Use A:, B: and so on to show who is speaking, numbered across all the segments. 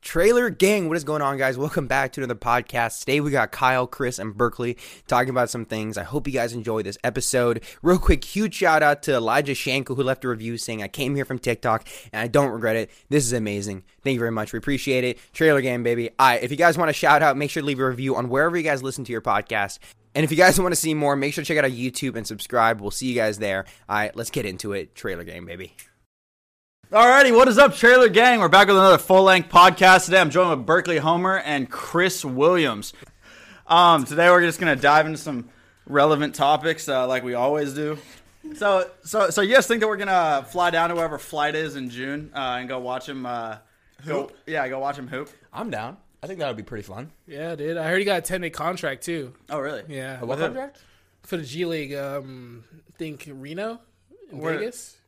A: Trailer Gang. What is going on, guys? Welcome back to another podcast. Today we got Kyle, Chris, and Berkeley talking about some things. I hope you guys enjoy this episode. Real quick, huge shout out to Elijah Shanko who left a review saying, I came here from TikTok and I don't regret it. This is amazing. Thank you very much. We appreciate it. Trailer Gang, baby. All right, if you guys want to shout out, make sure to leave a review on wherever you guys listen to your podcast. And if you guys want to see more, make sure to check out our YouTube and subscribe. We'll see you guys there. All right, let's get into it. Trailer Gang, baby.
B: Alrighty, what is up, Trailer Gang? We're back with another full-length podcast today. I'm joined with Berkeley Homer and Chris Williams. Um, today we're just gonna dive into some relevant topics, uh, like we always do. So, so, so, you guys think that we're gonna fly down to wherever flight is in June uh, and go watch him uh, hoop? yeah, go watch him hoop.
C: I'm down. I think that would be pretty fun.
D: Yeah, dude. I heard he got a ten day contract too.
B: Oh, really?
D: Yeah,
C: What
B: With him.
C: contract?
D: for the G League. Um, I think Reno, in
B: Where-
D: Vegas.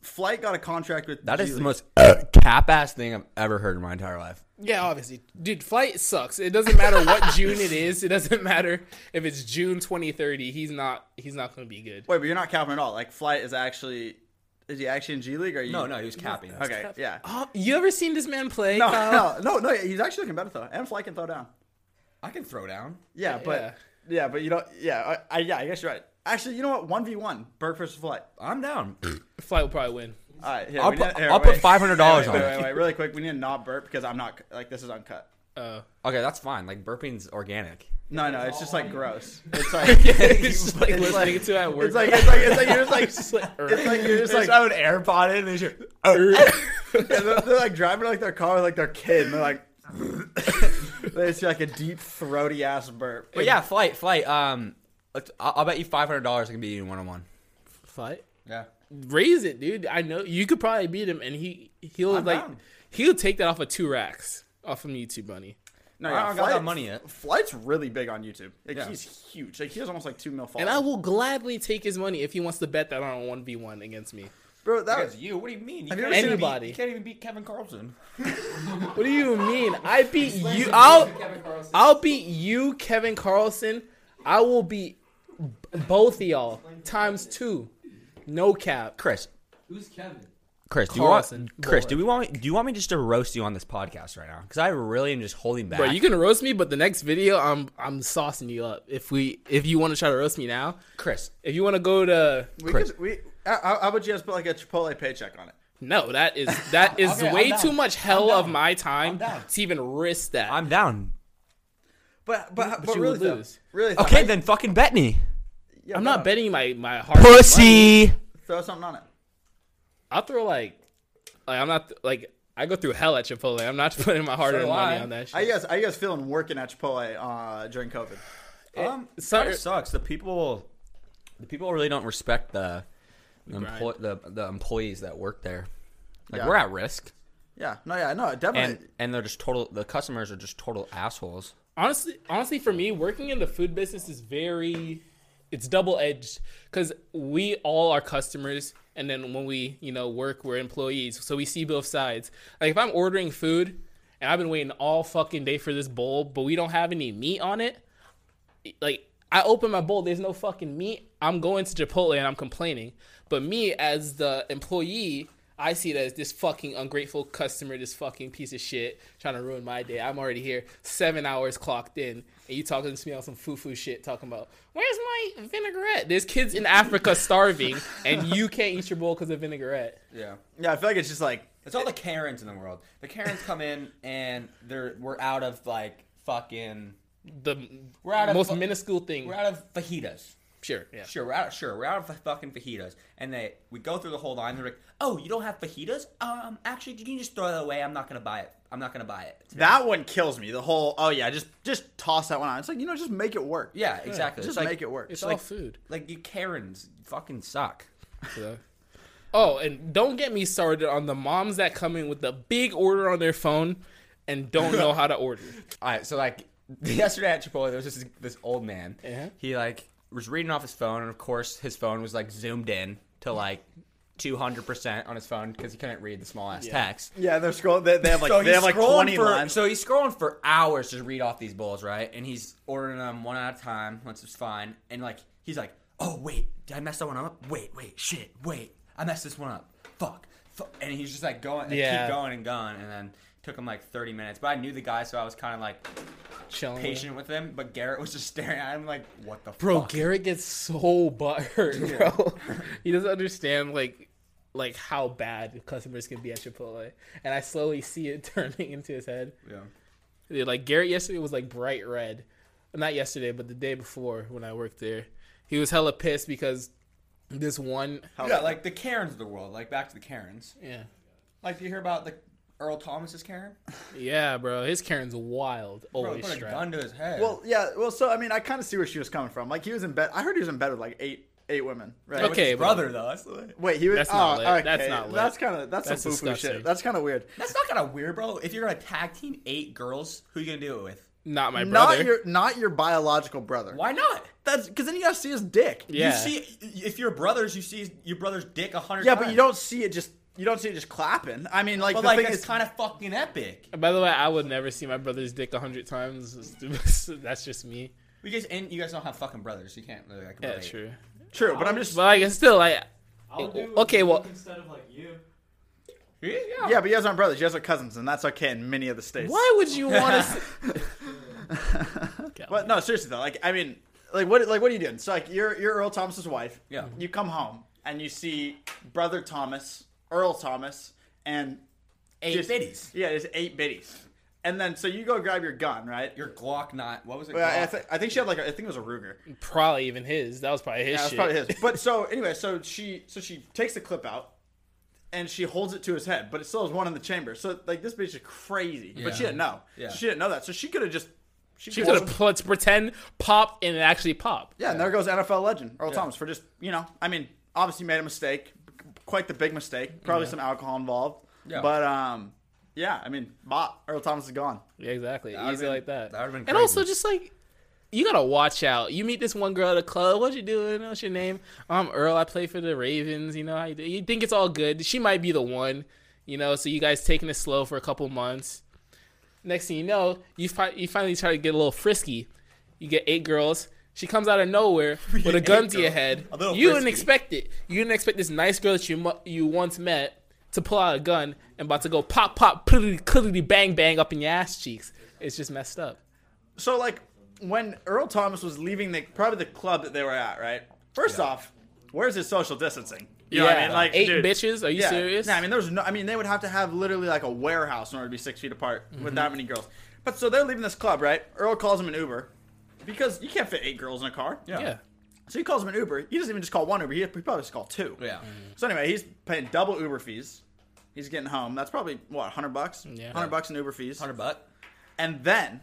B: Flight got a contract with
C: That is
B: G
C: the
B: League.
C: most uh, cap ass thing I've ever heard in my entire life.
D: Yeah, obviously, dude. Flight sucks. It doesn't matter what June it is. It doesn't matter if it's June twenty thirty. He's not. He's not going to be good.
B: Wait, but you're not capping at all. Like, flight is actually is he actually in G League? Or are you...
C: No, no, he was capping.
B: Okay, yeah.
D: Oh, you ever seen this man play?
B: No,
D: Kyle?
B: no, no, no. He's actually looking better though, and flight can throw down.
C: I can throw down.
B: Yeah, but yeah,
D: yeah.
B: but you don't. Yeah, I, I yeah, I guess you're right. Actually, you know what? One v one, Berg versus Flight.
C: I'm down.
D: Flight will probably win.
B: All right, here,
C: I'll
B: we
C: put-
B: need- here,
C: I'll put
B: wait. Wait,
C: $500
B: wait,
C: on it.
B: Wait, wait, really quick. We need to not burp because I'm not like this is uncut.
D: Uh,
C: Okay, that's fine. Like burping's organic.
B: No, no, it's just like gross. It's like
D: it's just like listening to it at work.
B: It's like it's like it's like you're just like
D: Just like,
B: it's like you're just like
C: an AirPod in and it's just-
B: yeah, they're, they're like driving like their car with like their kid. and They're like it's like a deep throaty ass burp.
C: But yeah, flight, flight. Um, let's, I'll, I'll bet you five hundred dollars I can beat you in one on one.
D: Flight.
C: Yeah.
D: Raise it, dude. I know you could probably beat him, and he he'll
B: I'm
D: like
B: down.
D: he'll take that off of two racks off of YouTube money.
B: no,
C: I don't got that money yet.
B: Flight's really big on YouTube. Like
C: Yeah.
B: he's huge. Like he has almost like two mil followers.
D: And I will gladly take his money if he wants to bet that on a one v one against me.
B: bro, that was
C: That's you. What do you mean? You
B: Have you
C: can't
B: ever
C: even
D: seen
C: beat-
D: anybody?
C: you can't even beat Kevin Carlson.
D: What do you mean? I beat you. I'll I'll beat you, Kevin Carlson. I will beat b- both of y'all times two, no cap.
C: Chris.
E: Who's Kevin?
C: Chris, do you
D: Carlson.
C: want Chris? Do we want? me- Do you want me just to roast you on this podcast right now? Because I really am just holding back.
D: Bro, you can roast me, but the next video, I'm I'm saucing you up. If we if you want to try to roast me now,
C: Chris,
D: if you want to go to
B: We
C: Chris.
B: could, we, how, how about you just put like a Chipotle paycheck on it?
D: no, that is that is
C: Okay, I'm
D: way
C: down.
D: too much hell of my time
C: down.
D: to even risk that.
C: I'm down.
B: But Uh, but but,
D: you
B: really
D: would
B: though,
D: lose.
B: really though, uh,
C: Okay,
B: I-
C: then fucking bet me.
B: yeah,
D: I'm
B: no,
D: not betting my my hard
C: Pussy.
B: Throw something on it.
D: I'll throw like, like I'm not like I go through hell at Chipotle. I'm not putting my hard-earned
C: do
D: money
C: I.
D: on that
B: How you
D: shit.
B: guys how you guys feeling working at Chipotle uh, during COVID?
C: Um,
D: so-
C: that sucks. The people, the people really don't respect the the, emplo- the, the employees that work there. Like
B: Yeah.
C: we're at risk,
B: Yeah, no, yeah, no,
C: and
B: definitely.
C: and they're just total. The customers are just total assholes.
D: honestly, honestly, for me, working in the food business is very, it's double-edged because we all are customers, and then when we you know work, we're employees, so we see both sides. Like if I'm ordering food and I've been waiting all fucking day for this bowl, but we don't have any meat on it, like I open my bowl, there's no fucking meat. I'm going to Chipotle and I'm complaining. But me as the employee, I see it as this fucking ungrateful customer, this fucking piece of shit trying to ruin my day. I'm already here, seven hours clocked in, and you talking to me on some foo foo shit, talking about where's my vinaigrette? There's kids in Africa starving, and you can't eat your bowl because of vinaigrette.
C: Yeah.
B: yeah, I feel like it's just like
C: It's all the Karens in the world. The Karens come in and they're we're out of like fucking
D: The
C: We're out of
D: most
C: fu-
D: minuscule thing.
C: we're out of fajitas.
D: sure, yeah.
C: Sure, we're out. Sure, we're out of f- fucking fajitas. And they we go through the whole line. They're like, "Oh, you don't have fajitas? Um, actually, you can just throw that away. I'm not gonna buy it. I'm not gonna buy it."
B: that one kills me. The whole oh yeah, just just toss that one on. It's like you know, just make it work.
C: Yeah, exactly.
B: just
C: It's like-
B: make it work.
D: It's all
C: like-
D: food.
C: Like you Karens fucking suck.
D: So- Oh, and don't get me started on the moms that come in with the big order on their phone and don't know how to order.
C: All right, so like yesterday at Chipotle, there was just this old man.
D: Uh-huh.
C: He like was reading off his phone, and of course his phone was like zoomed in to like two hundred percent on his phone because he couldn't read the small ass text.
B: yeah, they're scrolling. They, they have like
C: so
B: they
C: he's
B: have like
C: scrolling
B: twenty
C: for,
B: lines.
C: So he's scrolling for hours to read off these bowls, right? And he's ordering them one at a time, once it's fine. And like he's like, "Oh wait, did I mess that one up? Wait, wait, shit, wait, I messed this one up. Fuck, fuck." And he's just like going, and
D: Yeah.
C: keep going and going, and then Took him like 30 minutes, but I knew the guy, so I was kind of like
B: Oh,
D: Chilling.
C: patient with him. But Garrett was just staring at him like, "What the
D: Bro,
C: fuck?"
D: Garrett gets so butthurt, bro. he doesn't understand like like how bad customers can be at Chipotle. And I slowly see it turning into his head.
C: Yeah.
D: Dude, like Garrett yesterday was like bright red. Not yesterday, but the day before when I worked there. He was hella pissed because this one
C: Yeah, like the Karens of the world. Like back to the Karens.
D: Yeah.
C: Like you hear about the Earl Thomas's Karen?
D: Yeah, bro. His Karen's wild.
C: Bro, he
D: Always
C: put a
D: strapped.
C: gun to his head.
B: Well, yeah. Well, so I mean, I kind of see where she was coming from. Like he was in bed. I heard he was in bed with like eight eight women. Right.
C: With his
D: okay, but-
C: brother though. That's, that's
B: Wait, he was.
D: That's
B: oh,
D: not lit.
B: okay.
D: That's not lit.
B: That's kind of that's,
D: That's
B: some foo-foo
D: disgusting.
B: shit. That's kind of weird.
C: not kind of weird, bro. If you're gonna tag team eight girls, who you gonna do it with?
D: Not my brother.
B: Not your not your biological brother.
C: Why not?
B: That's because then you gotta see his dick.
D: yeah.
C: You see, if you're brothers, you see your brother's dick a hundred.
B: Yeah,
C: times.
B: but you don't see it just you don't see it just clapping. I mean, like
C: But
B: the
C: like,
B: thing
C: it's
B: is,
C: kind of fucking epic.
D: By the way, I would never see my brother's dick a hundred times. That's just me.
C: We just and you guys don't have fucking brothers. You can't really like.
D: Yeah,
C: relate.
D: true.
B: true. But I'm just
D: But like, it's still like,
E: I'll do
D: Okay, well-
E: instead of like you.
C: Yeah, yeah.
B: yeah. But you guys aren't brothers. You guys are cousins, and that's okay in many of the states.
D: why would you want to?
B: But no, seriously though. Like I mean, like what like what are you doing? So like you're you're Earl Thomas's wife.
C: Yeah.
B: You come home and you see brother Thomas, Earl Thomas, and
C: Eight
B: just-
C: bitties.
B: Yeah, there's eight biddies. And then so you go grab your gun, right?
C: Your Glock not. What was it?
B: Well, I, I,
C: Glock?
B: thi- I think she had like a, I think it was a Ruger.
D: Probably even his. That was probably his.
B: Yeah, that's
D: shit.
B: probably his. But so anyway, so she so she takes the clip out and she holds it to his head, but it still has one in the chamber. So like this bitch is crazy, but she
C: Yeah.
B: didn't know.
C: Yeah.
B: She didn't know that. So she could have just
D: She could have let's pretend pop and it actually pop.
B: Yeah, and there goes NFL legend Earl Thomas for just you know. I mean, obviously made a mistake, quite the big mistake. Probably some alcohol involved.
C: Yeah.
B: But um, yeah. I mean, bot Earl Thomas is gone.
D: Yeah, exactly.
C: would've
D: Easy
C: been-
D: like that.
C: that would've been
D: and also
C: crazy.
D: just like you gotta watch out. You meet this one girl at a club. What you doing? What's your name? I'm Earl. I play for the Ravens. You know, how you, do- you think it's all good. She might be the one. You know, so you guys taking it slow for a couple months. Next thing you know, you fi- you finally try to get a little frisky. You get eight girls. She comes out of nowhere with a
C: Eight
D: gun to your
C: girls.
D: head.
C: A little
D: You didn't
C: frisky.
D: expect it. You didn't expect this nice girl that you mu- you once met to pull out a gun and about to go pop pop clickety clickety bang bang up in your ass cheeks. It's just messed up.
B: So like when Earl Thomas was leaving the probably the club that they were at, right? First off, where's his social distancing? You know what I mean? Like
D: eight
B: dude,
D: bitches. Are you
B: yeah.
D: serious?
B: No, I mean there was no. I mean they would have to have literally like a warehouse in order to be six feet apart
C: Mm-hmm.
B: with that many girls. But so they're leaving this club, right? Earl calls him an Uber because you can't fit eight girls in a car.
C: yeah.
D: yeah.
B: So he calls him an Uber. He doesn't even just call one Uber. He, he probably just called two.
C: Yeah.
E: Mm.
B: So anyway, he's paying double Uber fees. He's getting home. That's probably what hundred bucks.
D: Yeah.
B: Hundred bucks in Uber fees.
C: Hundred buck.
B: And then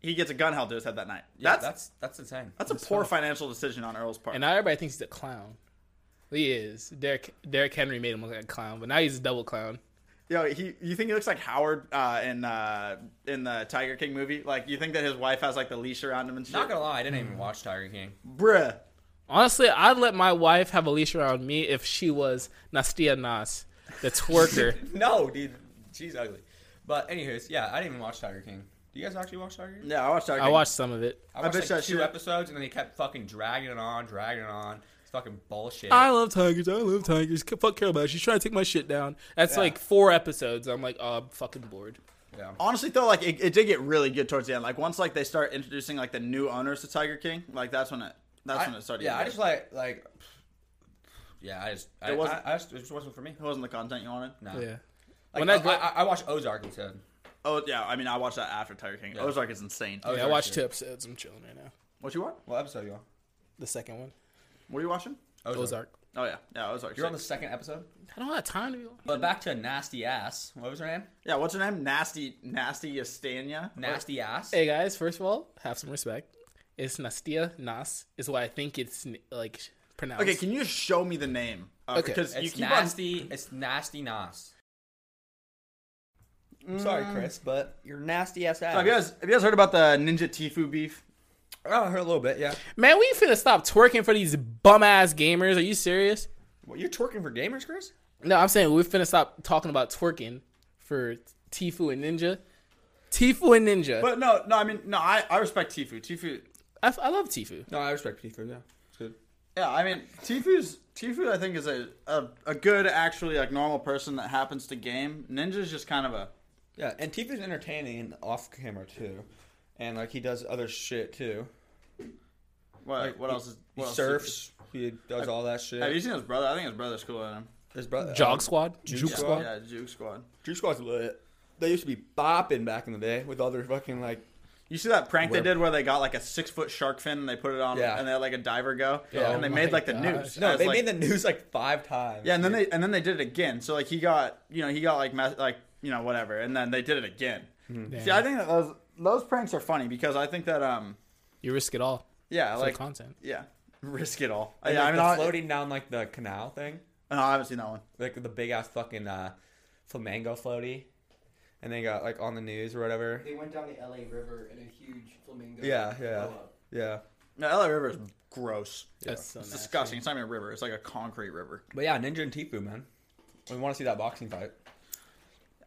B: he gets a gun held to his head that night.
C: Yeah,
B: that's
C: that's that's insane.
B: that's a poor financial decision on Earl's part.
D: And now everybody thinks he's a clown. He is. Derek Derek Henry made him look like a clown, but now he's a double clown.
B: Yo, he you think he looks like Howard uh, in uh, in the Tiger King movie? Like you think that his wife has like the leash around him and shit?
C: Not gonna lie, I didn't
B: Mm.
C: even watch Tiger King.
B: Bruh.
D: Honestly, I'd let my wife have a leash around me if she was Nastia Nas, the twerker.
C: No, dude, she's ugly. But anyways, yeah, I didn't even watch Tiger King. Do you guys actually watch Tiger King?
B: Yeah, I watched Tiger
D: I
B: King.
D: watched some of it.
C: I watched
B: bitch
C: like
B: that
C: two
B: shit-
C: episodes, and then they kept fucking dragging it on, dragging it on. It's fucking bullshit.
D: I love tigers. I love tigers. C- Fuck Carol Bass. She's trying to take my shit down. That's like four episodes. I'm like, oh, I'm fucking bored.
C: yeah.
B: Honestly though, like it, it did get really good towards the end. Like once like they start introducing like the new owners to Tiger King, like that's when it that's
C: I-
B: when it started.
C: yeah,
B: getting
C: I
B: good.
C: just like like. Yeah, I just I,
B: It wasn't-
C: I, I just, it just wasn't for me.
B: it wasn't the content you wanted.
C: No.
D: Yeah.
C: Like, oh,
D: When
C: I,
D: I got-
C: I, I watched Ozark instead.
B: Oh yeah, I mean I watched that after Tiger King.
C: Yeah.
B: Ozark is insane.
C: Oh,
D: yeah, I watched two episodes. I'm chilling right now.
B: What you want?
C: What episode you on?
D: The second one,
B: What are you watching?
C: Ozark.
D: Ozark.
B: Oh yeah, yeah Ozark.
C: You're on the
B: sick.
C: second episode.
D: I don't have time to be.
C: But back to nasty ass. What was her name?
B: Yeah, what's her name? Nasty Nasty Estania.
C: Nasty ass.
D: Hey guys, first of all, have some respect. It's Nastia Nas is what I think it's n- like pronounced.
B: Okay, can you show me the name? Uh,
D: Okay.
B: because you
C: It's
B: keep
C: nasty. It's nasty Nas. I'm sorry, Chris, but you're nasty ass ass.
B: on. Have you, guys, have you guys heard about the Ninja Tifu beef?
C: Oh, I heard a little bit. Yeah.
D: Man, we finna stop twerking for these bum ass gamers. Are you serious?
C: Well, you're twerking for gamers, Chris.
D: No, I'm saying we finna stop talking about twerking for Tifu and Ninja. Tifu and Ninja.
B: But no, no, I mean, no, I, I respect Tifu. Tifu,
D: I, f- I love Tifu.
C: No, I respect P for yeah. It's good.
B: yeah, I mean, Tifu's, Tifu, I think, is a, a, a good, actually, like, normal person that happens to game. Ninja's just kind of a,
C: Yeah, and Tifa's entertaining and off camera too, and like he does other shit too.
B: What,
C: Like
B: what
C: he-
B: else is
C: He
B: what else
C: surfs. He does all that shit.
B: Have you seen his brother? I think his brother's cooler than him.
C: His brother
D: Jog Squad,
C: Juke
D: Juke
C: Squad,
D: Squad.
B: Yeah, Juke Squad.
C: Juice Squad's lit. They used to be bopping back in the day with other fucking like.
B: You see that prank
C: Where-
B: they did where they got like a six foot shark fin and they put it on
C: Yeah.
B: and they had like a diver go
C: Yeah.
B: and they
D: Oh
B: made
D: my
B: like the
D: gosh.
B: news.
C: No,
B: as,
C: they
B: like-
C: made the news like five times.
B: Yeah, and then they and then they did it again. So like he got you know he got like mess, like you know whatever, and then they did it again. See, I think that those those pranks are funny because I think that um
D: You risk it all
B: yeah
D: for
B: like
D: content.
B: yeah risk it all.
C: And,
B: yeah,
C: like,
B: I mean,
C: the
B: I-
C: floating down like the canal thing,
B: No, I haven't seen that one.
C: like the big ass fucking uh, flamingo floaty, and they got like on the news or whatever.
E: They went down the LA River in a huge flamingo. Oh, uh,
C: Yeah, yeah,
E: blow up.
C: yeah.
B: No, LA River is gross.
D: That's so
B: It's
D: nasty.
B: disgusting. It's not even a river. It's like a concrete river.
C: But yeah, Ninja and Tifu, man. We want to see that boxing fight.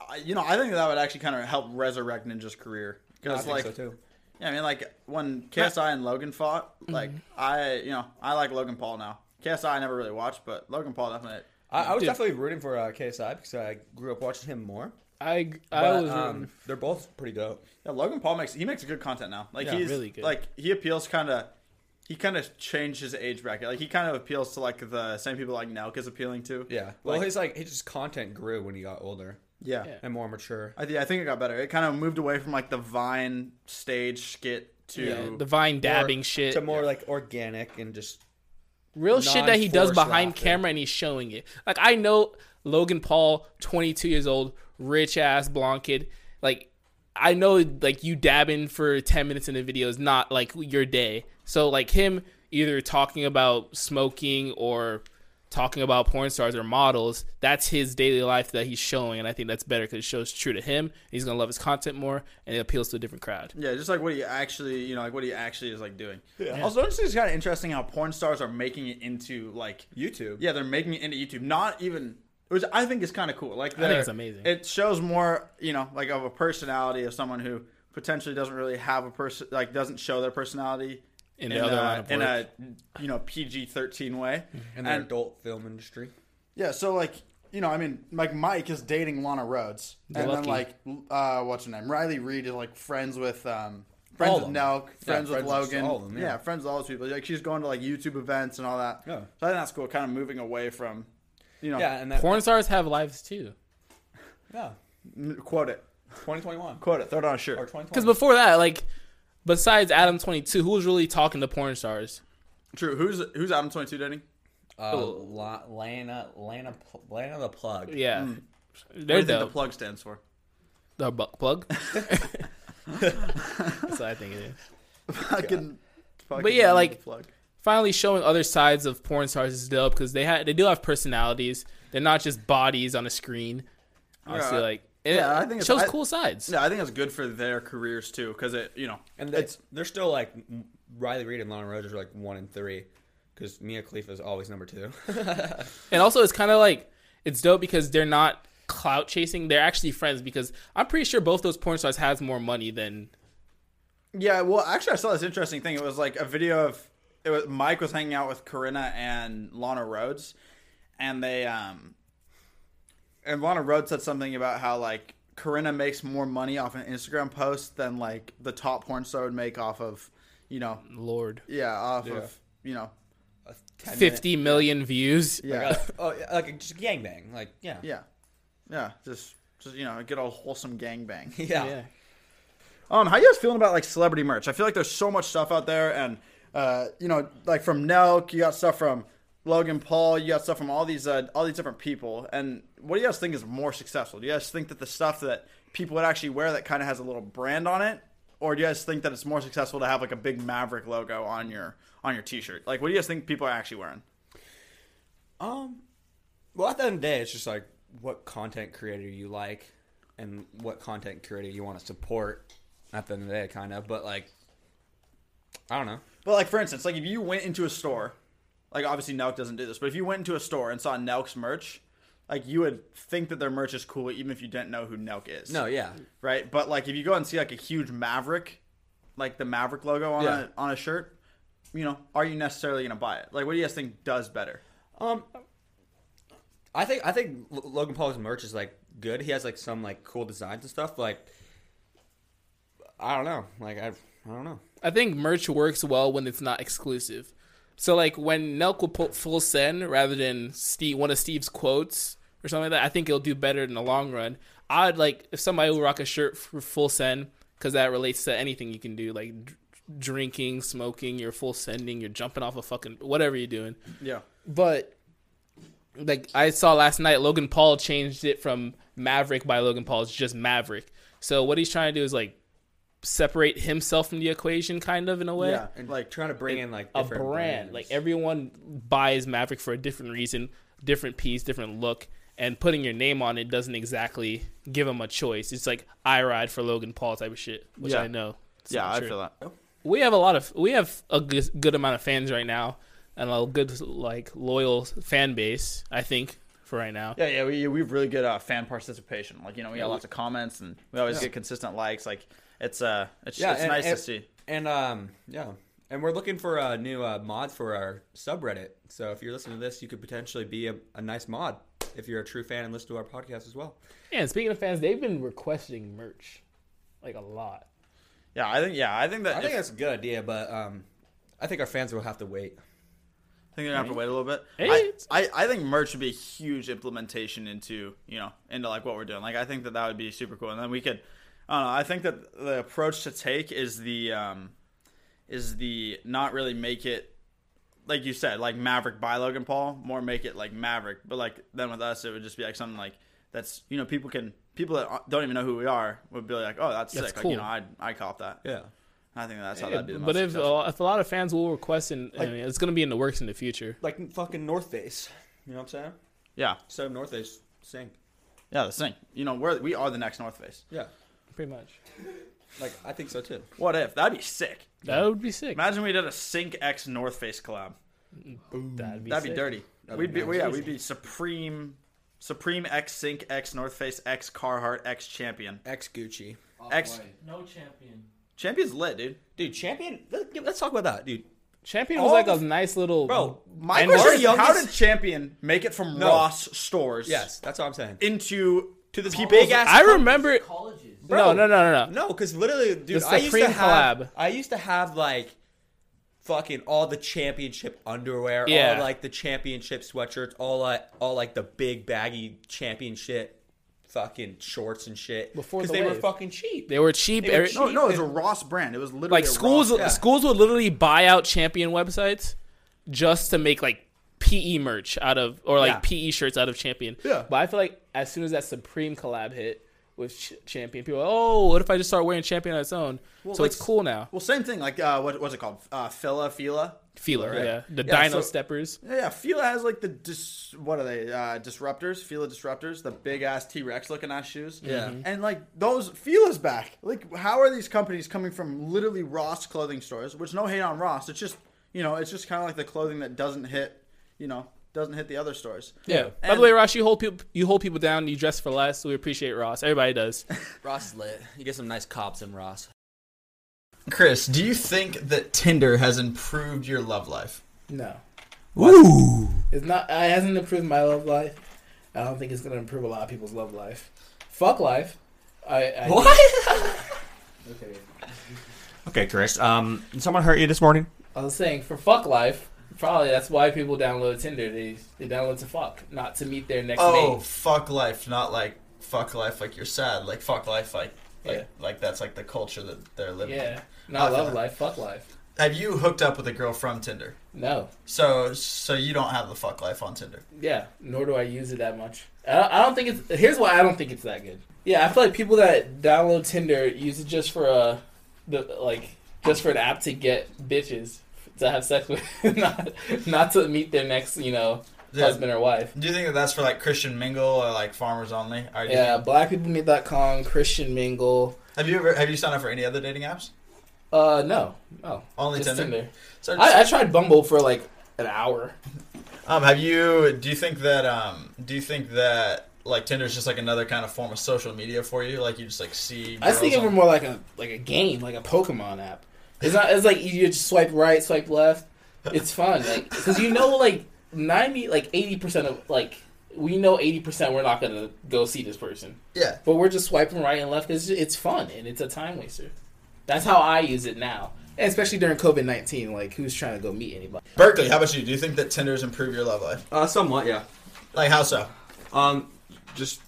B: I, you know, I think that would actually kind of help resurrect Ninja's career
C: I
B: because
C: think
B: like
C: so too.
B: yeah, I mean like when KSI and Logan fought, like
C: Mm-hmm.
B: I you know I like Logan Paul now. KSI I never really watched, but Logan Paul definitely.
C: I, I was
D: Dude.
C: definitely rooting for uh, KSI because I grew up watching him more.
D: I I
C: But,
D: was
C: um, they're both pretty dope.
B: Yeah, Logan Paul makes he makes good content now. Like
C: Yeah,
B: he's
D: really good.
B: Like he appeals kind of. He kind of changed his age bracket. Like he kind of appeals to like the same people like Nelk is appealing to.
C: Yeah. Well,
B: Like-
C: his like his just content grew when he got older
B: Yeah.
D: Yeah.
C: and more mature.
B: I, th- I think it got better. It kind of moved away from like the Vine stage skit to
D: yeah, the vine dabbing shit,
C: To more like organic and just
D: real shit that he does
C: non-forced
D: behind
C: laughter.
D: camera, and he's showing it. Like I know Logan Paul, 22 years old, rich ass blonde kid. Like I know, like you dabbing for 10 minutes in a video is not like your day. So like him either talking about smoking or talking about porn stars or models that's his daily life that he's showing and i think that's better because it shows true to him he's gonna love his content more and it appeals to a different crowd
B: Yeah, just like what he actually, you know, like what he actually is like doing. Also, I just think it's kind of interesting how porn stars are making it into like
C: YouTube.
B: Yeah, they're making it into YouTube. Not even which I think is kind of cool. Like
D: think
B: they're-
D: it's amazing.
B: It shows more, you know, like of a personality of someone who potentially doesn't really have a person, like doesn't show their personality
D: in the
C: uh,
D: other
B: a,
D: line of
B: in
D: work.
B: a you know PG thirteen way.
C: in the
B: And-
C: adult film industry.
B: yeah, so like you know, I mean, like Mike is dating Lana Rhodes, and then
D: lucky.
B: like uh, what's her name, Riley Reed is like friends with um, friends
C: All
B: with
C: of them.
B: Nelk,
C: Yeah,
B: friends with
C: friends with
B: Logan,
C: all of them,
B: yeah.
C: yeah.
B: friends with all those people. Like she's going to like YouTube events and all that.
C: Yeah.
B: So I think that's cool, kind of moving away from, you know,
C: Yeah, and that
D: porn stars have lives too
C: yeah,
B: n- quote it,
C: 2021
B: quote it, throw it on a shirt.
C: or 2020.
D: Because before that, like, besides Adam Twenty Two, who was really talking to porn stars?
B: True. Who's who's Adam twenty two dating?
C: uh, La- Lana, Lana, Pl- Lana the plug.
D: Yeah,
B: What do
D: they're
B: you think the
D: dope.
B: plug stands for?
D: The bu- plug. That's what I think it is.
B: Fucking.
D: But yeah, like-
B: plug.
D: Finally, showing other sides of porn stars is dope because they ha- they do have personalities. They're not just bodies on a screen. Honestly,
B: Yeah.
D: like it,
B: Yeah, I
D: I
B: think
D: think
B: it's- I-
D: shows cool sides.
B: Yeah, I think it's good for their careers too, because it, you know,
C: and
B: it's
C: it's they're still like m- Riley Reed and Lana Rhodes are like one and three, because Mia Khalifa is always number two.
D: And also, it's kind of like it's dope because they're not clout chasing. They're actually friends because I'm pretty sure both those porn stars has more money than
B: Yeah, well, actually, I saw this interesting thing. It was like a video of it was Mike was hanging out with Corinna and Lana Rhodes, and they um, and Lana Rhodes said something about how like Corinna makes more money off an Instagram post than like the top porn star would make off of, you know,
D: Lord.
B: yeah, off
C: Yeah.
B: of you know,
C: A 10 minute-
D: Fifty million views.
B: yeah,
C: Like, uh, oh, yeah, like just gangbang. Like yeah,
B: yeah, yeah, just just you know, get all wholesome gangbang.
C: yeah.
D: yeah.
B: Um, how you guys feeling about like celebrity merch? I feel like there's so much stuff out there, and uh, you know, like from Nelk, you got stuff from Logan Paul, you got stuff from all these uh, all these different people. And what do you guys think is more successful? Do you guys think that the stuff that people would actually wear that kind of has a little brand on it, or do you guys think that it's more successful to have like a big Maverick logo on your on your T-shirt? Like, what do you guys think people are actually wearing?
C: Um, well, at the end of the day, it's just like what content creator you like and what content creator you want to support. At the end of the day, kind of, but like, I don't know.
B: But like for instance, like if you went into a store, like obviously Nelk doesn't do this, but if you went into a store and saw Nelk's merch, like you would think that their merch is cool even if you didn't know who Nelk is.
C: No, yeah,
B: Right? But like if you go and see like a huge Maverick, like the Maverick logo on
C: Yeah.
B: a on a shirt, you know, are you necessarily gonna buy it? Like what do you guys think does better?
C: Um, I think I think L- Logan Paul's merch is like good. He has like some like cool designs and stuff. Like I don't know. Like I I don't know.
D: I think merch works well when it's not exclusive. So like when Nelk will put full send rather than Steve one of Steve's quotes or something like that, I think it'll do better in the long run. I'd like if somebody will rock a shirt for full send because that relates to anything you can do like dr- drinking, smoking, you're full sending, you're jumping off a fucking whatever you're doing.
B: Yeah.
D: But like I saw last night, Logan Paul changed it from Maverick by Logan Paul. It's just Maverick. So what he's trying to do is like separate himself from the equation, kind of in a way.
B: Yeah.
C: And like trying to bring in like
D: A
C: different
D: brand,
C: brands.
D: like everyone buys Maverick for a different reason, different piece, different look, and putting your name on it doesn't exactly give him a choice. It's like I ride for Logan Paul type of shit, which
B: Yeah.
D: I know. It's
B: Yeah,
D: not
B: I
D: true
B: feel that.
D: we have a lot of we have a good, good amount of fans right now and a good like loyal fan base i think for right now
B: Yeah, yeah, we we have really good uh, fan participation. Like you know, we got lots of comments and we always get consistent likes. Like it's uh, it's,
C: Yeah,
B: it's
C: and-
B: nice
C: and-
B: to see.
C: And um yeah. And we're looking for a new uh, mod for our subreddit. So if you're listening to this, you could potentially be a, a nice mod if you're a true fan and listen to our podcast as well.
D: and speaking of fans they've been requesting merch like a lot
B: Yeah, I think yeah, I think that
C: I
B: if-
C: think that's a good idea, but um, I think our fans will have to wait.
B: I think they're gonna have to wait a little bit.
D: Hey,
B: I,
D: it's-
B: I, I think merch would be a huge implementation into you know into like what we're doing. Like I think that that would be super cool, and then we could. I don't know. I think that the approach to take is the um, is the not really make it like you said like Maverick by Logan Paul, more make it like Maverick. But like then with us, it would just be like something like that's you know people can people that don't even know who we are would be like oh that's,
D: That's
B: sick like
D: cool.
B: you know I I cop that.
C: Yeah.
B: I think that's how that'd be the most.
D: but if
B: successful.
D: uh, if a lot of fans will request and I
C: Like-
D: mean, it's going to be in the works in the future
C: Like fucking North Face. You know what I'm saying?
B: yeah
C: So North Face, sing.
B: yeah the thing you know we're we are the next North Face.
C: Yeah.
D: pretty much
C: Like, I think so too.
B: What if? That'd be sick.
D: that would be sick
B: Imagine we did a Sync X North Face collab.
D: that'd be,
B: That'd be
D: sick.
B: dirty.
C: That'd
B: we'd be,
C: be nice.
B: yeah, we'd be Supreme, Supreme X Sync X North Face X Carhartt X Champion.
C: Ex Gucci.
B: X
F: No champion.
B: Champion's lit, dude.
C: Dude, champion, let- let's talk about that, dude.
D: champion was
B: All
D: like
B: the-
D: a nice little
C: Bro,
B: My
D: And
B: question
D: our
B: is, how
C: youngest-
B: did Champion make it from
C: No.
B: Ross stores?
C: Yes, that's what I'm saying.
B: Into to the
C: big ass-
D: i remember
F: Colleges.
D: no no no no no
C: No, because literally, dude,
D: The
C: I used to
D: Supreme
C: have,
D: collab.
C: I used to have like fucking all the championship underwear,
D: Yeah.
C: all like the championship sweatshirts, all like all like the big baggy championship fucking shorts and shit.
D: Before the
C: they were
D: wave.
C: fucking cheap.
D: they were cheap,
C: They were
D: every-
C: cheap.
B: No, no, it was a Ross brand. It was literally
D: like
B: a
D: schools
B: Ross-
C: yeah.
D: schools would literally buy out champion websites just to make like PE merch out of or like
C: Yeah.
D: PE shirts out of champion.
B: Yeah.
D: But I feel like as soon as that Supreme collab hit with Ch- champion, people are, oh, what if I just start wearing champion on its own? so it's
B: let's-
D: cool now.
B: Well, same thing. Like uh, what was it called? Uh, Fila Fila.
D: Fila, yeah, the
B: Yeah, so-
D: Dino Steppers.
B: Yeah, Yeah, Fila has like the dis- what are they? Uh, disruptors, Fila disruptors, the big ass T Rex looking ass shoes.
C: Yeah. Mhm.
B: and like those Fila's back. Like, how are these companies coming from literally Ross clothing stores? Which no hate on Ross, it's just you know, it's just kind of like the clothing that doesn't hit, you know, doesn't hit the other stores.
D: Yeah. By
B: And-
D: the way, Ross, you hold people you hold people down. You dress for less. We appreciate Ross. Everybody does.
C: Ross is lit. You get some nice cops in Ross.
B: Chris, do you think that Tinder has improved your love life?
D: No,
C: Woo!
D: it's not. It hasn't improved my love life. I don't think it's gonna improve a lot of people's love life. Fuck life. I, I Okay.
C: okay, Chris. Um, did someone hurt you this morning?
D: I was saying for fuck life, probably that's why people download Tinder. They they download to fuck, not to meet their next
B: Oh,
D: mate.
B: fuck life, not like fuck life, like you're sad, like fuck life, like like
D: Yeah.
B: like that's like the culture that they're living. in.
D: Yeah, not
B: Okay.
D: love life, fuck life.
B: Have you hooked up with a girl from Tinder?
D: No,
B: So so you don't have the fuck life on Tinder.
D: yeah. Nor do I use it that much. I don't, I don't think it's. Here's why I don't think it's that good. Yeah, I feel like people that download Tinder use it just for uh, the like just for an app to get bitches to have sex with, not not to meet their next you know
B: Yeah.
D: husband or wife.
B: Do you think that that's for like Christian mingle or like farmers only? Or do you
D: Yeah,
B: think-
D: blackpeoplemeet.com, Christian Mingle.
B: have you ever have you signed up for any other dating apps?
D: Uh, no, no,
B: Only
D: just
B: Tinder.
D: Tinder.
B: So
D: I, I tried Bumble for like an hour.
B: um, have you do you think that um do you think that like Tinder is just like another kind of form of social media for you? Like you just like see.
D: I was
B: girls
D: thinking
B: on-
D: we're more like a like a game, like a Pokemon app. It's not. It's like you just swipe right, swipe left. It's fun, like because you know, like ninety, like eighty percent of like we know 80% we're not going to go see this person.
G: Yeah.
D: But we're just swiping right and left because it's fun and it's a time waster. That's how I use it now. And especially during COVID 19, like who's trying to go meet anybody?
B: Berkeley, how about you? Do you think that Tinder's improved your love life?
C: Uh, somewhat, yeah.
B: Like how so?
C: Um, just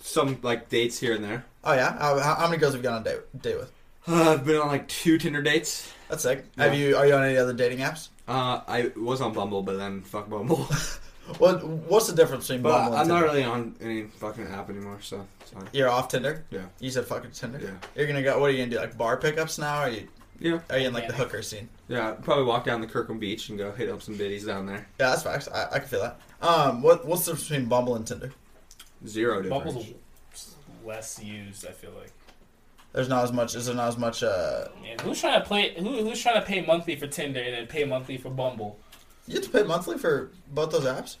C: some like dates here and there.
B: Oh yeah, how, how how many girls have you gone on date date with?
C: Uh, I've been on like two Tinder dates.
B: That's sick.
C: Yeah.
B: Have you? Are you on any other dating apps?
C: Uh, I was on Bumble, but then fuck Bumble.
B: What What's the difference between
C: but
B: Bumble
C: I'm
B: and
C: not
B: Tinder?
C: really on any fucking app anymore, so it's fine.
B: You're off Tinder.
C: Yeah.
B: You said fucking Tinder.
C: Yeah.
B: You're gonna go. What are you gonna do? Like bar pickups now? Are you?
C: Yeah.
B: Are you in like the hooker scene?
C: Yeah, I'd probably walk down to Kirkland Beach and go hit up some biddies down there.
B: Yeah, that's facts. I, I can feel that. Um, what What's the difference between Bumble and Tinder?
C: Zero difference.
D: Bumble's less used, I feel like.
B: There's not as much. Is there not as much? Uh,
D: Man, who's trying to play? Who, who's trying to pay monthly for Tinder and then pay monthly for Bumble?
B: you have to pay monthly for both those apps.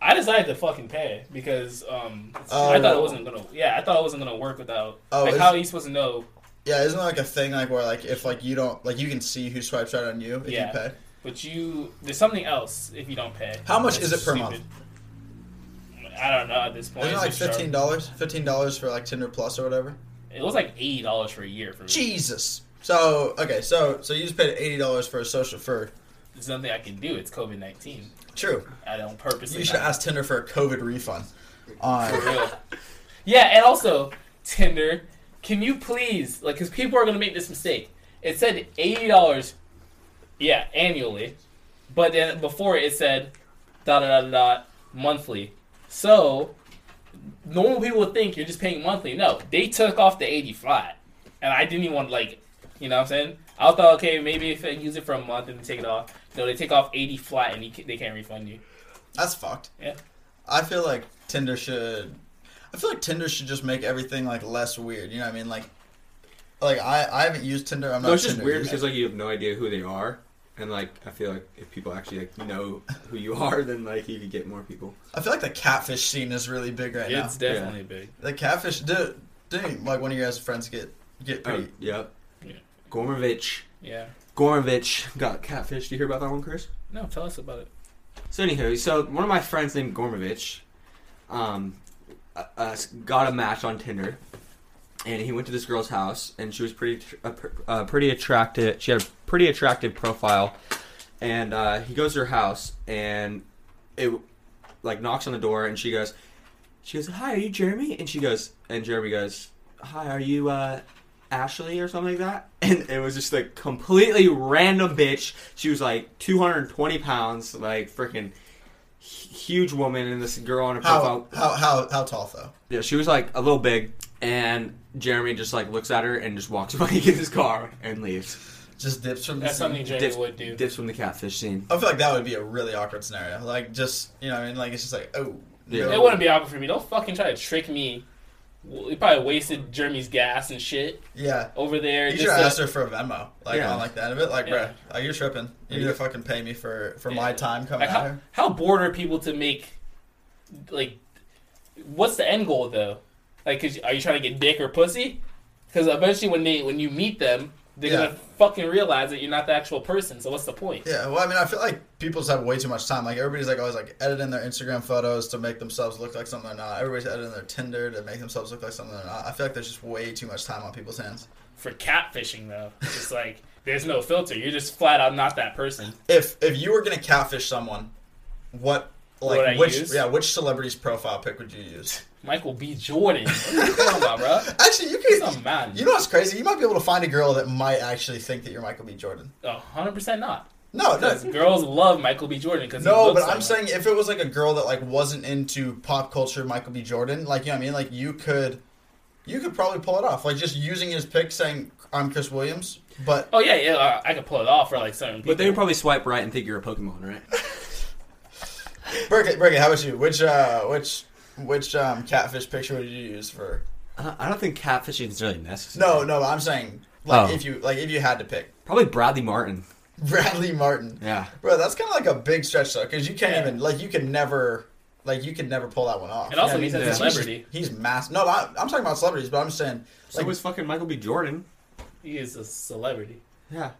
D: I decided to fucking pay because um, I
B: Oh.
D: thought it wasn't gonna. Yeah, I thought it wasn't gonna work without.
B: Oh,
D: like,
B: is-
D: how are you supposed to know
B: Yeah, isn't there like a thing like where like if like you don't like you can see who swipes right on you if
D: Yeah.
B: you pay?
D: But you, there's something else if you don't pay.
B: How much
D: That's
B: is it per
D: stupid. I don't know at this point.
B: Isn't it like
D: It's just
B: fifteen dollars? Fifteen dollars for like Tinder Plus or whatever.
D: sharp. It was like eighty dollars for a year for me.
B: Jesus. So okay, so so you just paid eighty dollars for a social for
D: There's nothing I can do. It's COVID nineteen.
B: true.
D: I don't purposely.
B: You should
D: not-
B: ask Tinder for a COVID refund. On
D: For real. yeah, and also Tinder, can you please like because people are gonna make this mistake. It said eighty dollars, yeah, annually, but then before it said da da da da monthly. So normal people would think you're just paying monthly. No, they took off the eighty flat, and I didn't even want to like, you know what I'm saying? I thought okay maybe if I use it for a month and take it off. No, they take off eighty flat and you, ca- they can't refund you.
B: that's fucked.
D: Yeah.
B: I feel like Tinder should. I feel like Tinder should just make everything like less weird. You know what I mean? Like, like I I haven't used Tinder. I'm not.
C: No, it's just
B: Tinder
C: weird
B: user.
C: because like you have no idea who they are, and like I feel like if people actually like know who you are, then like you could get more people.
B: I feel like the catfish scene is really big right
D: It's
B: now.
D: definitely big.
B: The catfish, dude, dude, like one of your guys' friends get get pretty.
C: Oh, yep.
D: Yeah.
C: Gormovich.
D: Yeah.
C: Gormovich got catfish. Do you hear about that one, Chris?
D: No, tell us about it.
C: So anywho, so one of my friends named Gormovich, um, uh, uh, got a match on Tinder, and he went to this girl's house, and she was pretty, tr- uh, pr- uh, pretty attractive. She had a pretty attractive profile, and uh, he goes to her house, and it like knocks on the door, and she goes, she goes, hi, are you Jeremy? And she goes, and Jeremy goes, hi, are you uh, Ashley or something like that? And it was just like completely random bitch. She was like 220 pounds, like freaking huge woman, and this girl on her
B: How,
C: profile.
B: how how how tall though?
C: Yeah, she was like a little big, and Jeremy just like looks at her and just walks away, gets his car, and leaves.
B: Just dips from the scene?
D: That's something Jeremy
C: Dips,
D: would do.
C: dips from the catfish scene.
B: I feel like that would be a really awkward scenario. Like, just you know, what I mean, like it's just like, oh,
C: Yeah.
D: It wouldn't be awkward for me. Don't fucking try to trick me. We probably wasted Jeremy's gas and shit
B: yeah.
D: over there.
B: You
D: just
B: should
D: to-
B: ask her for a Venmo, like
C: Yeah.
B: on like the end of it, like,
D: Yeah.
B: bruh, like, you're tripping. You need to fucking pay me for for my
D: Yeah.
B: time coming
D: like,
B: out
D: how,
B: here.
D: how bored are people to make, like, what's the end goal though? Like, 'cause- are you trying to get dick or pussy? Because eventually, when they when you meet them, they're
B: Yeah.
D: gonna fucking realize that you're not the actual person. So what's the point?
B: Yeah, well, I mean, I feel like people just have way too much time. Like everybody's like always like editing their Instagram photos to make themselves look like something they're not. Everybody's editing their Tinder to make themselves look like something they're not. I feel like there's just way too much time on people's hands.
D: For catfishing though, it's just like there's no filter. You're just flat out not that person.
B: If if you were gonna catfish someone, what like
D: Would I
B: which
D: use?
B: yeah which celebrity's profile pic would you use?
D: Michael B. Jordan. What are you talking about, bro?
B: Actually, you
D: He's
B: can.
D: a man.
B: You know what's crazy? You might be able to find a girl that might actually think that you're Michael B. Jordan.
D: A hundred percent not.
B: No, no,
D: 'Cause girls love Michael B. Jordan because
B: No, but I'm saying if it was like a girl that like wasn't into pop culture, Michael B. Jordan, like you know what I mean, like you could, you could probably pull it off, like just using his pick, saying I'm Chris Williams, but
D: Oh yeah, yeah, uh, I could pull it off for like certain. People.
C: But they would probably swipe right and think you're a Pokemon, right?
B: Berkey, Berkey, how about you? Which uh, which which um catfish picture would you use for?
C: I I don't think catfishing is really necessary.
B: No, no, I'm saying like
C: Oh.
B: if you like if you had to pick
C: Probably Bradley Martin.
B: Bradley Martin,
C: Yeah.
B: bro, that's kind of like a big stretch though, because you can't
D: Yeah.
B: even like you can never. Like you can never pull that one off.
D: And also
B: You know
D: he's
B: what I
D: a
B: mean?
D: celebrity.
B: He's, he's mass. No, I, I'm talking about celebrities, but I'm saying
C: So was fucking Michael B. Jordan.
D: he is a celebrity.
C: Yeah.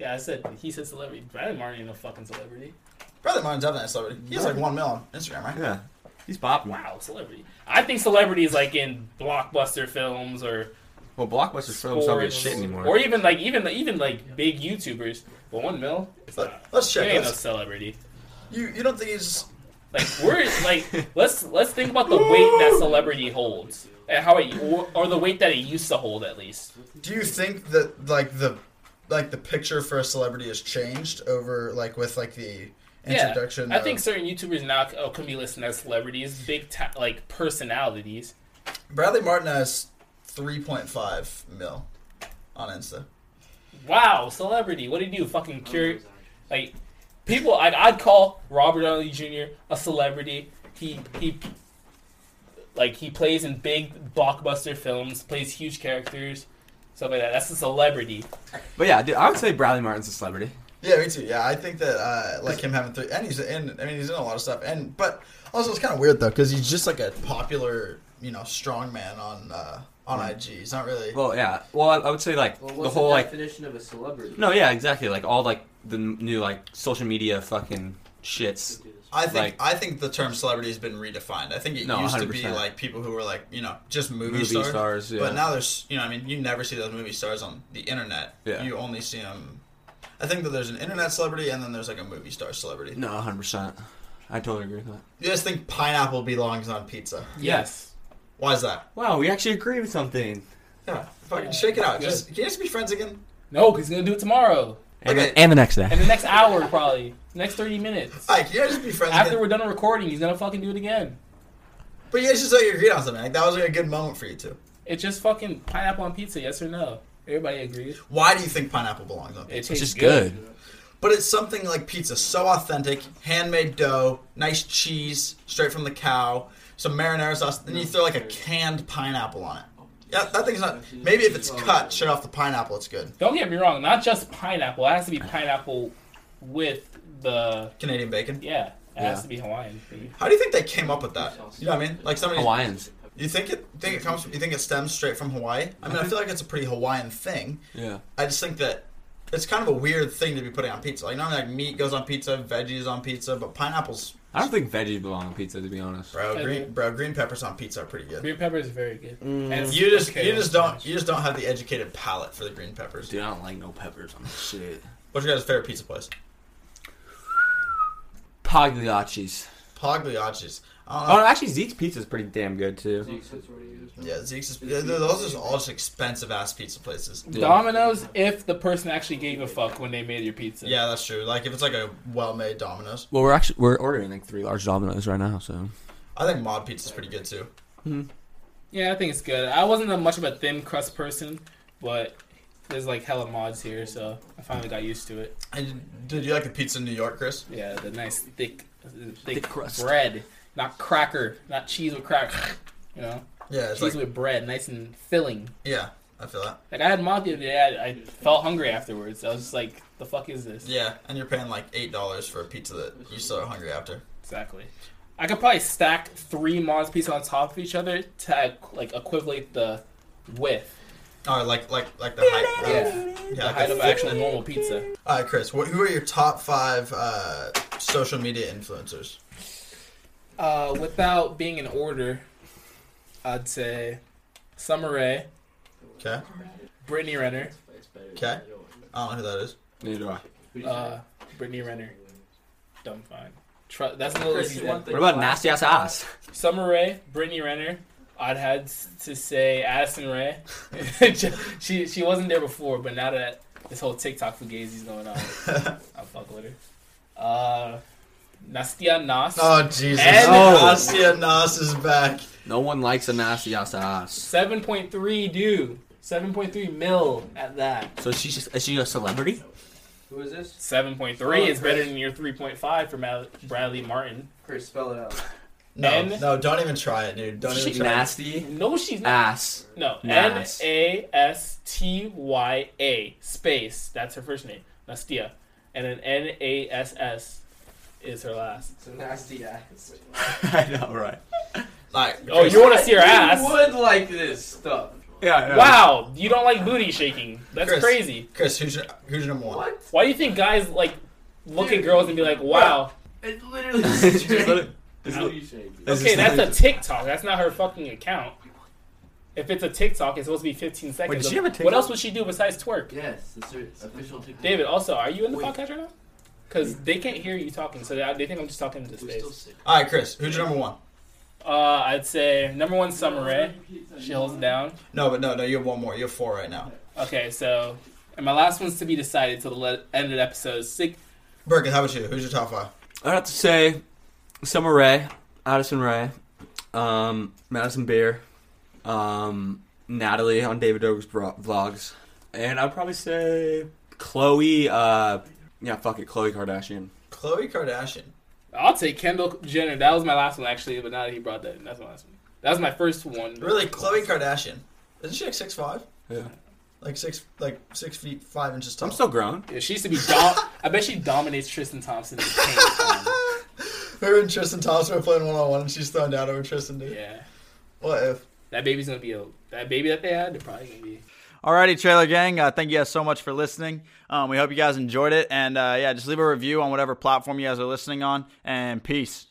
D: Yeah, I said he said celebrity. Brandon Martin ain't no fucking celebrity.
B: Brother Martin's definitely a celebrity. He has like one mil on Instagram, right?
C: Yeah.
H: He's popping.
D: Wow, celebrity. I think celebrity is like in blockbuster films or
H: Well, blockbuster films don't get
D: sports,
H: shit anymore.
D: or even like even even like big YouTubers. But one mil, it's
B: Let-
D: not.
B: Let's
D: It
B: check.
D: ain't no
B: Let's,
D: celebrity.
B: you you don't think he's
D: Like we're like let's let's think about the weight that celebrity holds and how it or, or the weight that it used to hold at least.
B: Do you think that like the like the picture for a celebrity has changed over like with like the introduction?
D: Yeah, I think
B: of-
D: certain YouTubers now c- oh, can be listed as celebrities, big ta- like personalities.
B: Bradley Martin has three point five mil on Insta.
D: Wow, celebrity. What do you do? Fucking cure.
E: oh
D: Like people, I'd, I'd call Robert Downey Jr. a celebrity. He he, like he plays in big blockbuster films, plays huge characters, stuff like that. That's a celebrity.
I: But yeah, dude, I would say Bradley Martin's a celebrity.
B: Yeah, me too. Yeah, I think that uh, like him having three, and he's in. I mean, he's in a lot of stuff, and but also it's kind of weird though because he's just like a popular, you know, strong man on uh, on
D: Hmm.
B: IG. He's not really.
C: Well, yeah. Well, I, I would say like
A: Well,
C: the
A: what's the,
C: whole like
A: definition of a celebrity?
C: no, yeah, exactly. Like all like the n- new like social media fucking shits.
B: I think
C: like-
B: I think the term celebrity has been redefined. I think it
C: No,
B: used to be
C: 100%.
B: like people who were like you know just movie,
C: Movie
B: stars,
C: stars, yeah.
B: but now there's you know I mean you never see those movie stars on the internet.
C: Yeah.
B: You only see them. I think that there's an internet celebrity and then there's like a movie star celebrity.
C: No, hundred percent. I totally agree with that.
B: You guys think pineapple belongs on pizza?
D: Yes.
B: Why is that?
C: Wow, we actually agree with something.
B: Yeah, fucking shake it out. Just can you just be friends again?
D: No, 'cause he's gonna do it tomorrow
C: And,
B: Okay.
C: the, and the next day.
D: and the next hour probably, next thirty minutes.
B: Like, you guys just be friends
D: After
B: again.
D: we're done recording, he's gonna fucking do it again.
B: But you guys just like agreed on something. Like that was like a good moment for you two.
D: It's just fucking pineapple on pizza. Yes or no? Everybody agrees.
B: Why do you think pineapple belongs on pizza?
D: It tastes
C: It's just good.
B: But it's something like pizza, so authentic, handmade dough, nice cheese, straight from the cow, some marinara sauce. Then you throw like a canned pineapple on it. Yeah, that thing's not. Maybe if it's cut straight off the pineapple, it's good.
D: Don't get me wrong, not just pineapple. It has to be pineapple with the
B: Canadian bacon.
D: yeah. It has
C: Yeah.
D: to be Hawaiian. food.
B: How do you think they came up with that? You know what I mean? Like somebody.
C: Hawaiians.
B: You think it? Think it comes? From, you think it stems straight from Hawaii? I mean, I feel like it's a pretty Hawaiian thing.
C: Yeah.
B: I just think that it's kind of a weird thing to be putting on pizza. Like normally, like meat goes on pizza, veggies on pizza, but pineapples,
C: I don't think veggies belong on pizza, to be honest.
B: bro,
D: Okay.
B: green, bro, green peppers on pizza are pretty good.
D: Green pepper is very good.
C: Mm.
D: And
B: You just,
D: okay,
B: you just don't, you just don't have the educated palate for the green peppers.
C: Dude, I don't like no peppers on this shit.
B: What's your guys' favorite pizza place?
C: Pagliacci's.
B: Pagliacci's. I
C: Oh,
B: don't
C: no,
B: know.
C: actually, Zeke's pizza's pretty damn good too.
B: Yeah, Zeke's. Is, yeah, those are just all just expensive ass pizza places.
C: Yeah.
D: Domino's if the person actually gave a fuck when they made your pizza.
B: Yeah, that's true. Like if it's like a well-made Domino's,
C: Well, we're actually we're ordering like three large Dominoes right now, so
B: I think Mod Pizza's pretty good too.
D: Yeah, I think it's good. I wasn't a much of a thin crust person, but there's like hella mods here, so I finally got used to it.
B: And did you like the pizza in New York, Chris?
D: Yeah, the nice thick thick,
C: crust.
D: bread. Not cracker. Not cheese with cracker. You know?
B: Yeah, it's
D: cheese
B: like,
D: with bread, nice and filling.
B: yeah, I feel that.
D: Like I had mod the other day, I, I felt hungry afterwards. I was just like, "The fuck is this?"
B: Yeah, and you're paying like eight dollars for a pizza that you're so hungry after.
D: Exactly. I could probably stack three mods pieces on top of each other to like equivalent the width,
B: Oh, like like like the height. uh,
D: Yeah.
B: yeah.
D: the
B: like
D: height
B: the-
D: of actual normal pizza.
B: All right, Chris. What, who are your top five uh, social media influencers?
D: Uh, without being in order, I'd say Summer Rae,
B: Okay.
D: Brittany Renner,
B: Okay. Oh, I don't know who that is.
C: Neither do I.
D: uh, Brittany Renner. Dumb fine. Tru- that's the list.
C: What about nasty ass ass?
D: Summer Rae, Brittany Renner. I'd had s- to say Addison Rae. she she wasn't there before, but now that this whole TikTok fugazi's going on, I'll fuck with her. Uh, Nastia Nas.
B: Oh Jesus!
D: And-
B: Nastia Nas is back.
C: No one likes a nasty ass ass.
D: 7.3 dude. 7.3 mil at that.
C: So she's just is she a celebrity?
A: Who is this?
D: 7.3
A: Oh,
D: is
A: great.
D: better than your 3.5 from Mal- Bradley Martin.
A: Chris, spell it out.
B: No,
D: And-
B: no, don't even try it, dude. Don't even
C: She
B: try.
C: nasty
D: No, she's not.
C: ass.
D: No. N
C: Nas.
D: A S T Y A space. That's her first name. Nastia. And then N A S S is her last.
A: It's a nasty ass.
C: I know, right?
B: All right, Chris,
D: Oh, you want to see her ass?
A: You would like this stuff.
C: Yeah.
D: Wow, you don't like booty shaking. That's
B: Chris.
D: crazy.
B: Chris, who's your, who's your number one?
A: What?
D: Why do you think guys like look at
A: Dude.
D: girls and be like, wow?
A: It literally. How do you shave you?
J: This
D: Okay,
J: is the
D: that's a
J: thing.
D: TikTok. That's not her fucking account. If it's a TikTok, it's supposed to be 15 seconds.
J: does she
D: of-
J: have a
D: What
J: TikTok?
D: else would she do besides twerk?
A: Yes, it's her official TikTok.
D: David, also, are you in the
A: Wait.
D: podcast right now? Because they can't hear you talking, so they, they think I'm just talking into
A: We're still
D: space.
A: sick.
B: All right, Chris, who's your number one?
D: Uh, I'd say number one, Summer She holds it down.
B: No, but no, no, you have one more. You have four right now.
D: Okay, so and my last one's to be decided till the le- end of the episode. Sick.
B: Berkins, how about you? Who's your top five?
C: I'd have to say Summer Rae, Addison Rae, um, Madison Beer, um, Natalie on David Dobrik's bro- vlogs, and I'd probably say Chloe. Uh, yeah, fuck it, Chloe Kardashian.
B: Khloe Kardashian.
D: I'll take Kendall Jenner. That was my last one actually, but now that he brought that in, that's my last one. That was my first one.
B: Really, Khloe Kardashian. Isn't she like six five?
C: Yeah.
B: Like six, like six feet five inches tall.
C: I'm still grown.
D: Yeah, she used to be. Dom- I bet she dominates Tristan Thompson. in the
B: Her and Tristan Thompson are playing one on one, and she's thrown down over Tristan.
D: paint.
B: Dude,
D: yeah,
B: what if?
D: that baby's gonna be a that baby that they had. They're probably gonna be.
J: Alrighty, trailer gang. Uh, thank you guys so much for listening. Um, we hope you guys enjoyed it, and uh, yeah, just leave a review on whatever platform you guys are listening on. And peace.